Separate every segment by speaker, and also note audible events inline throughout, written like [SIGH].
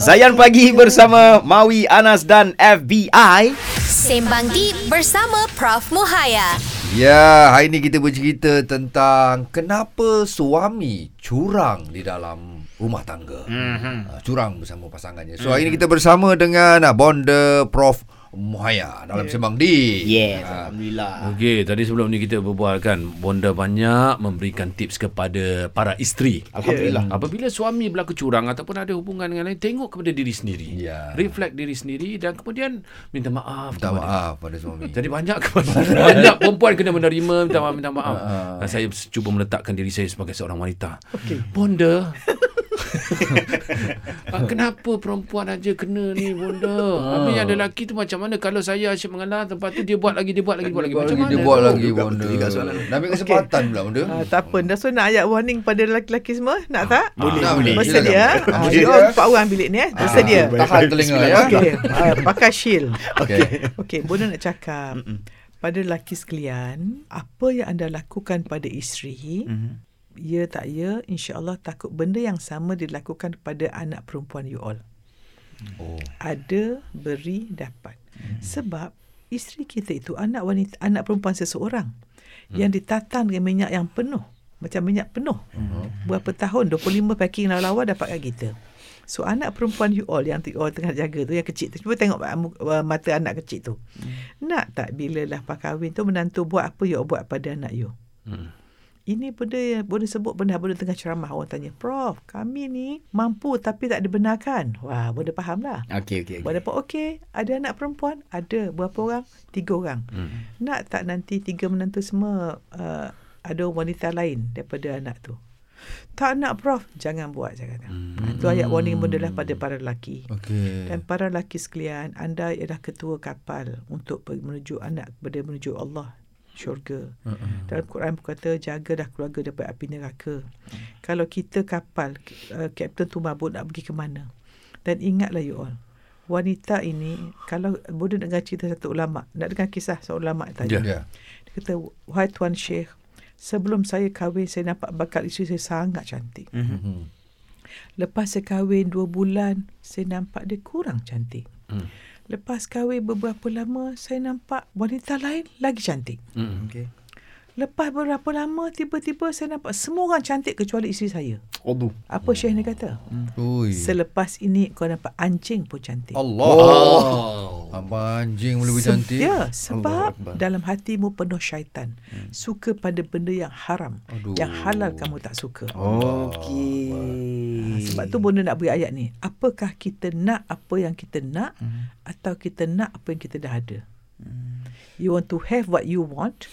Speaker 1: Zayan Pagi bersama Maui Anas dan FBI.
Speaker 2: Sembang Deep bersama Prof. Muhaya.
Speaker 3: Ya, hari ni kita bercerita tentang kenapa suami curang di dalam rumah tangga. Mm-hmm. Curang bersama pasangannya. So, mm-hmm. hari ni kita bersama dengan ah, bonda Prof. Muhaya dalam yeah. Sembang Di.
Speaker 1: Yes,
Speaker 4: Ah.
Speaker 1: Alhamdulillah.
Speaker 5: Okey, tadi sebelum ni kita berbualkan bonda banyak memberikan tips kepada para isteri. Hmm.
Speaker 1: Alhamdulillah.
Speaker 5: Apabila suami berlaku curang ataupun ada hubungan dengan lain, tengok kepada diri sendiri.
Speaker 3: Ya.
Speaker 5: Reflect diri sendiri dan kemudian minta maaf.
Speaker 3: Minta
Speaker 5: kepada-
Speaker 3: maaf ah, pada suami.
Speaker 5: Jadi banyak [LAUGHS] kepada banyak perempuan kena menerima minta maaf minta maaf. Dan saya cuba meletakkan diri saya sebagai seorang wanita. Okay. Bonda. Ah, Kenapa perempuan aja kena ni bonda? Habis yang ada lelaki tu macam mana kalau saya asyik mengalah tempat tu dia buat lagi dia buat lagi buat lagi macam
Speaker 3: dia
Speaker 5: mana?
Speaker 3: buat
Speaker 5: tu?
Speaker 3: lagi
Speaker 1: Juga
Speaker 3: bonda.
Speaker 1: betul juga soalan ni.
Speaker 3: Dah ambil kesempatan pula bonda.
Speaker 4: Ah, tak apa. Dah so nak ayat warning pada lelaki-lelaki semua. Nak tak?
Speaker 3: Boleh,
Speaker 4: Ah,
Speaker 3: boleh.
Speaker 4: Bersedia?
Speaker 3: Silakan.
Speaker 4: Ah,
Speaker 3: Boleh.
Speaker 4: Dia empat orang bilik ni eh. Bersedia?
Speaker 3: Ah, Tahan telinga ya.
Speaker 4: Okey. Ah, pakai shield.
Speaker 3: Okey.
Speaker 4: Okey, Bona nak cakap. Pada lelaki sekalian, apa yang anda lakukan pada isteri, ya tak ya, insyaAllah takut benda yang sama dilakukan kepada anak perempuan you all.
Speaker 3: Oh.
Speaker 4: Ada, beri, dapat. Sebab isteri kita itu anak wanita, anak perempuan seseorang yang ditatan dengan minyak yang penuh. Macam minyak penuh. Berapa tahun, 25 packing lawa-lawa dapat kat kita. So anak perempuan you all yang you all tengah jaga tu yang kecil tu cuba tengok ah, mu- ah, mata anak kecil tu. Nak tak bila lah kahwin tu menantu buat apa you all buat pada anak you? Ini benda yang boleh sebut benda benda tengah ceramah orang tanya, "Prof, kami ni mampu tapi tak dibenarkan." Wah, boleh faham lah.
Speaker 1: Okey okey.
Speaker 4: Buat dapat okey. Ada anak perempuan? Ada. Berapa orang? Tiga orang. Hmm. Nak tak nanti tiga menantu semua uh, ada wanita lain daripada anak tu? Tak nak Prof. Jangan buat saya kata. Hmm. Itu ayat warning mudalah pada para lelaki.
Speaker 3: Okey.
Speaker 4: Dan para lelaki sekalian, anda ialah ketua kapal untuk per- menuju anak kepada menuju Allah syurga. Uh-uh. Dalam Quran berkata jagalah keluarga daripada api neraka. Kalau kita kapal, k- uh, kapten tu mabuk nak pergi ke mana? Dan ingatlah you all. Wanita ini kalau boleh dengar cerita satu ulama, nak dengar kisah seorang ulama tadi.
Speaker 3: Ya. Ya.
Speaker 4: Dia kata, "Wahai tuan Syekh, sebelum saya kahwin saya nampak bakal isteri saya sangat cantik."
Speaker 3: Mhm.
Speaker 4: Lepas saya kahwin dua bulan, saya nampak dia kurang cantik. Hmm. Lepas kahwin beberapa lama, saya nampak wanita lain lagi cantik.
Speaker 5: Mm.
Speaker 1: Okey.
Speaker 4: Lepas beberapa lama, tiba-tiba saya nampak semua orang cantik kecuali isteri saya.
Speaker 1: Odu.
Speaker 4: Apa hmm. Syekh ni kata? Hmm.
Speaker 3: Ui.
Speaker 4: Selepas ini kau nampak anjing pun cantik.
Speaker 3: Allah. Abang anjing boleh
Speaker 4: Se-
Speaker 3: bercantik.
Speaker 4: Ya, sebab
Speaker 1: Allahu Akbar.
Speaker 4: dalam hatimu penuh syaitan. Hmm. Suka pada benda yang haram.
Speaker 3: Aduh.
Speaker 4: Yang halal kamu tak suka.
Speaker 1: Oh. Okey.
Speaker 4: Ha, Sebab tu bunda nak beri ayat ni. Apakah kita nak apa yang kita nak hmm. atau kita nak apa yang kita dah ada? Hmm. You want to have what you want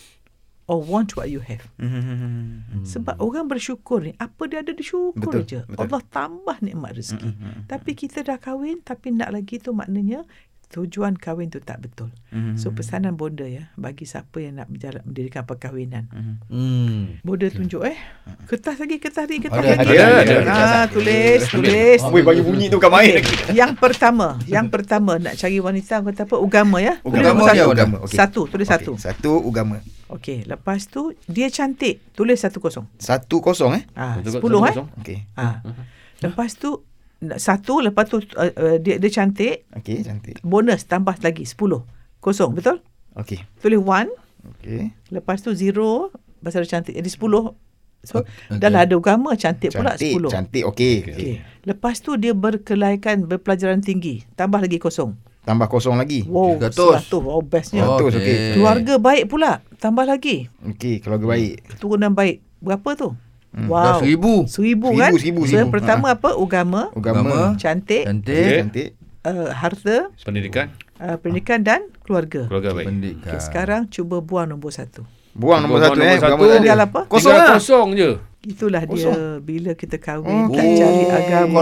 Speaker 4: or want what you have.
Speaker 1: Mhm.
Speaker 4: Hmm. Sebab orang bersyukur ni, apa dia ada dia syukur
Speaker 1: Betul,
Speaker 4: je.
Speaker 1: betul.
Speaker 4: Allah tambah nikmat rezeki. Hmm. Tapi kita dah kahwin tapi nak lagi tu maknanya tujuan kahwin tu tak betul. Hmm. So pesanan bonda ya bagi siapa yang nak menjalan, mendirikan perkahwinan. Hmm.
Speaker 3: Hmm.
Speaker 4: Bonda tunjuk eh. Kertas lagi, kertas lagi, kertas
Speaker 3: Ada,
Speaker 4: lagi.
Speaker 1: ada, ada, ada.
Speaker 4: Ah, tulis, tulis.
Speaker 1: Weh bagi bunyi tu bukan Oh, main.
Speaker 4: Yang pertama, yang pertama nak cari wanita kata apa? Ugama ya. Tulis
Speaker 3: Ugama,
Speaker 4: nombor
Speaker 3: ya,
Speaker 4: satu.
Speaker 3: ugama,
Speaker 1: okey.
Speaker 4: Satu, tulis
Speaker 1: Okey,
Speaker 4: satu.
Speaker 1: Satu agama.
Speaker 4: Okey, lepas tu dia cantik, tulis satu kosong.
Speaker 1: Satu kosong eh.
Speaker 4: Ah,
Speaker 5: Satu-
Speaker 4: sepuluh
Speaker 5: satu
Speaker 4: eh.
Speaker 5: kosong.
Speaker 1: Okey.
Speaker 4: Ah. Lepas tu nak satu, lepas tu uh, uh, dia dia cantik,
Speaker 1: Okey, cantik.
Speaker 4: bonus tambah lagi sepuluh. Kosong, betul?
Speaker 1: Okey.
Speaker 4: Tulis one,
Speaker 1: Okey.
Speaker 4: lepas tu zero, pasal dia cantik jadi sepuluh. So,
Speaker 3: Okey.
Speaker 4: dah lah ada agama cantik, pula
Speaker 1: Cantik,
Speaker 4: sepuluh.
Speaker 1: cantik. Okey.
Speaker 4: Okey. Lepas tu dia berkelaikan berpelajaran tinggi, tambah lagi kosong.
Speaker 1: Tambah kosong lagi.
Speaker 4: Wow,
Speaker 3: Ratus.
Speaker 4: 100. Oh, bestnya.
Speaker 1: Oh, Ratus, okey.
Speaker 4: Keluarga baik pula. Tambah lagi.
Speaker 1: Okey, keluarga baik.
Speaker 4: Keturunan baik. Berapa tu? Hmm.
Speaker 3: Dah
Speaker 4: Wow.
Speaker 3: seribu.
Speaker 4: Seribu
Speaker 1: Seribu,
Speaker 4: kan?
Speaker 1: seribu,
Speaker 4: so, yang
Speaker 1: seribu.
Speaker 4: pertama apa? Agama,
Speaker 1: Agama.
Speaker 4: cantik,
Speaker 3: Cantik.
Speaker 1: Cantik.
Speaker 4: uh, harta,
Speaker 5: Pendidikan
Speaker 4: uh, pendidikan dan keluarga.
Speaker 5: keluarga Ya, baik.
Speaker 3: Pendidikan.
Speaker 4: Okay, sekarang cuba buang nombor satu.
Speaker 1: Buang nombor
Speaker 5: Buang
Speaker 1: satu
Speaker 5: nombor
Speaker 1: eh.
Speaker 5: satu.
Speaker 1: Agama
Speaker 4: Tinggal
Speaker 1: tadi.
Speaker 4: apa?
Speaker 1: Kosong
Speaker 5: Tinggal
Speaker 1: lah.
Speaker 5: kosong je.
Speaker 4: Itulah dia bila kita kahwin
Speaker 1: Okey.
Speaker 4: tak cari agama.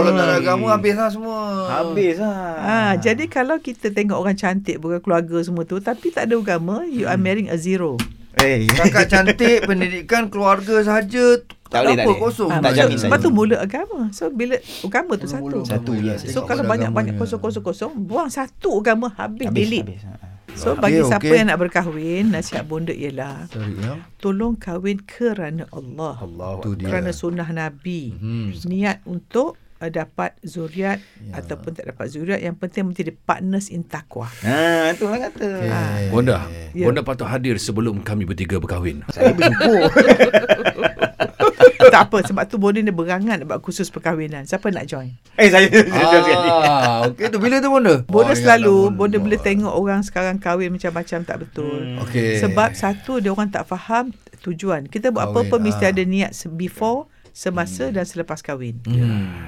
Speaker 3: Oh, Kalau tak ada agama habis lah semua.
Speaker 1: Habis lah.
Speaker 4: Ah, jadi kalau kita tengok orang cantik bukan keluarga semua tu tapi tak ada agama, you are marrying a zero.
Speaker 1: Eh.
Speaker 3: Cakap cantik, pendidikan, keluarga sahaja.
Speaker 1: Tak boleh, tak
Speaker 3: apa,
Speaker 1: boleh.
Speaker 3: kosong.
Speaker 1: Ah,
Speaker 4: Ah,
Speaker 1: tak
Speaker 4: so,
Speaker 1: jamin saya.
Speaker 4: Sebab tu mula agama. So bila agama tu satu.
Speaker 3: Mula-mula
Speaker 1: Satu,
Speaker 3: agama.
Speaker 1: yes.
Speaker 4: So
Speaker 3: Tengok
Speaker 4: kalau
Speaker 3: pada
Speaker 4: banyak-banyak
Speaker 3: agamanya.
Speaker 4: kosong-kosong-kosong, buang satu agama habis, habis delete. Habis. So
Speaker 3: Okey,
Speaker 4: bagi siapa
Speaker 3: okey.
Speaker 4: yang nak berkahwin, nasihat bonda ialah
Speaker 3: Sorry, ya.
Speaker 4: tolong kahwin kerana Allah.
Speaker 3: Tu dia.
Speaker 4: Kerana sunnah Nabi.
Speaker 3: Hmm.
Speaker 4: Niat untuk uh, dapat zuriat ya. ataupun tak dapat zuriat yang penting menjadi partners in taqwa. [LAUGHS]
Speaker 1: Ha, tu orang kata.
Speaker 3: Eh.
Speaker 5: Bonda,
Speaker 4: Ya.
Speaker 5: Bonda patut hadir sebelum kami bertiga berkahwin.
Speaker 1: Saya bersyukur.
Speaker 4: tak apa sebab tu Bonda dia berangan nak buat kursus perkahwinan. Siapa nak join?
Speaker 1: eh, saya sudah sekali.
Speaker 3: Ah, okey tu bila tu bonda?
Speaker 4: Bonda
Speaker 3: Oh,
Speaker 4: selalu
Speaker 3: ingatlah,
Speaker 4: Bonda bila tengok orang sekarang kahwin macam-macam tak betul. Hmm.
Speaker 3: Okey.
Speaker 4: Sebab satu dia orang tak faham tujuan. Kita buat apa-apa
Speaker 3: Kahwin,
Speaker 4: mesti
Speaker 3: ah.
Speaker 4: ada niat se- before semasa dan selepas kahwin.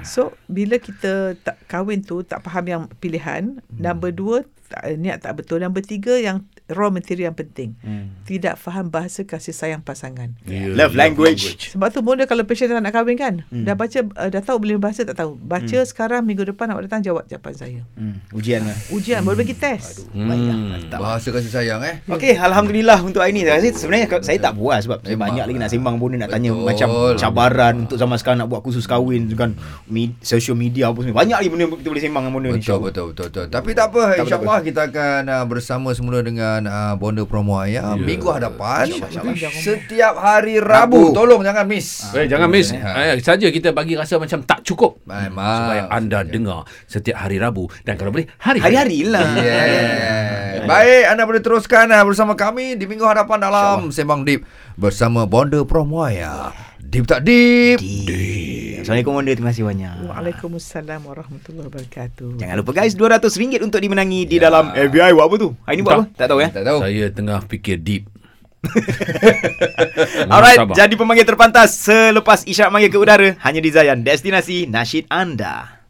Speaker 4: So bila kita tak kahwin tu tak faham yang pilihan, nombor dua tak, niat tak betul, nombor tiga yang raw material yang penting. Tidak faham bahasa kasih sayang pasangan.
Speaker 5: Yeah,
Speaker 1: Love language.
Speaker 4: Sebab tu bonda kalau patient dah nak kahwin kan, hmm. dah baca uh, dah tahu boleh bahasa tak tahu. Baca hmm. sekarang minggu depan awak datang jawab jawapan saya.
Speaker 1: Hmm, ujian lah.
Speaker 4: Ujian hmm. baru bagi test. Aduh.
Speaker 5: Hmm.
Speaker 3: Bahasa kasih sayang eh.
Speaker 1: Okey, alhamdulillah untuk hari ni. Saya sebenarnya ka- saya tak puas sebab saya banyak lagi nak sembang pun nak tanya
Speaker 3: Betul.
Speaker 1: macam cabaran untuk zaman sekarang nak buat kursus kahwin dengan me- social media apa semua. Banyak lagi benda kita boleh sembang dengan benda ni.
Speaker 3: Betul, betul, betul, betul. Tapi tak apa, insyaAllah kita akan uh, bersama semula dengan uh, Bonda Promo Ayam yeah. minggu hadapan. Setiap hari
Speaker 1: Rabu.
Speaker 3: Rabu. Tolong jangan miss.
Speaker 5: Eh, jangan miss.
Speaker 1: ha.
Speaker 5: Eh, saja kita bagi rasa macam tak cukup. Hmm,
Speaker 3: Memang.
Speaker 5: Supaya anda dengar setiap hari Rabu dan kalau boleh hari
Speaker 1: Hari-hari lah.
Speaker 3: Yeah. Baik, anda boleh teruskan uh, bersama kami di minggu hadapan dalam Sembang Deep bersama Bonda Promo Ayam. Deep tak deep?
Speaker 1: Assalamualaikum Wanda, terima kasih banyak.
Speaker 4: Waalaikumsalam warahmatullahi wabarakatuh.
Speaker 1: Jangan lupa guys RM200 untuk dimenangi di dalam FBI buat apa tu? Hari ni buat apa? Tak tahu ya.
Speaker 3: Tak tahu. eh?
Speaker 5: Saya tengah fikir
Speaker 1: [LAUGHS]
Speaker 5: deep.
Speaker 1: Alright,
Speaker 5: Sabar.
Speaker 1: jadi pemanggil terpantas selepas isyarat manggil ke udara hanya di Zayan, destinasi nasyid anda.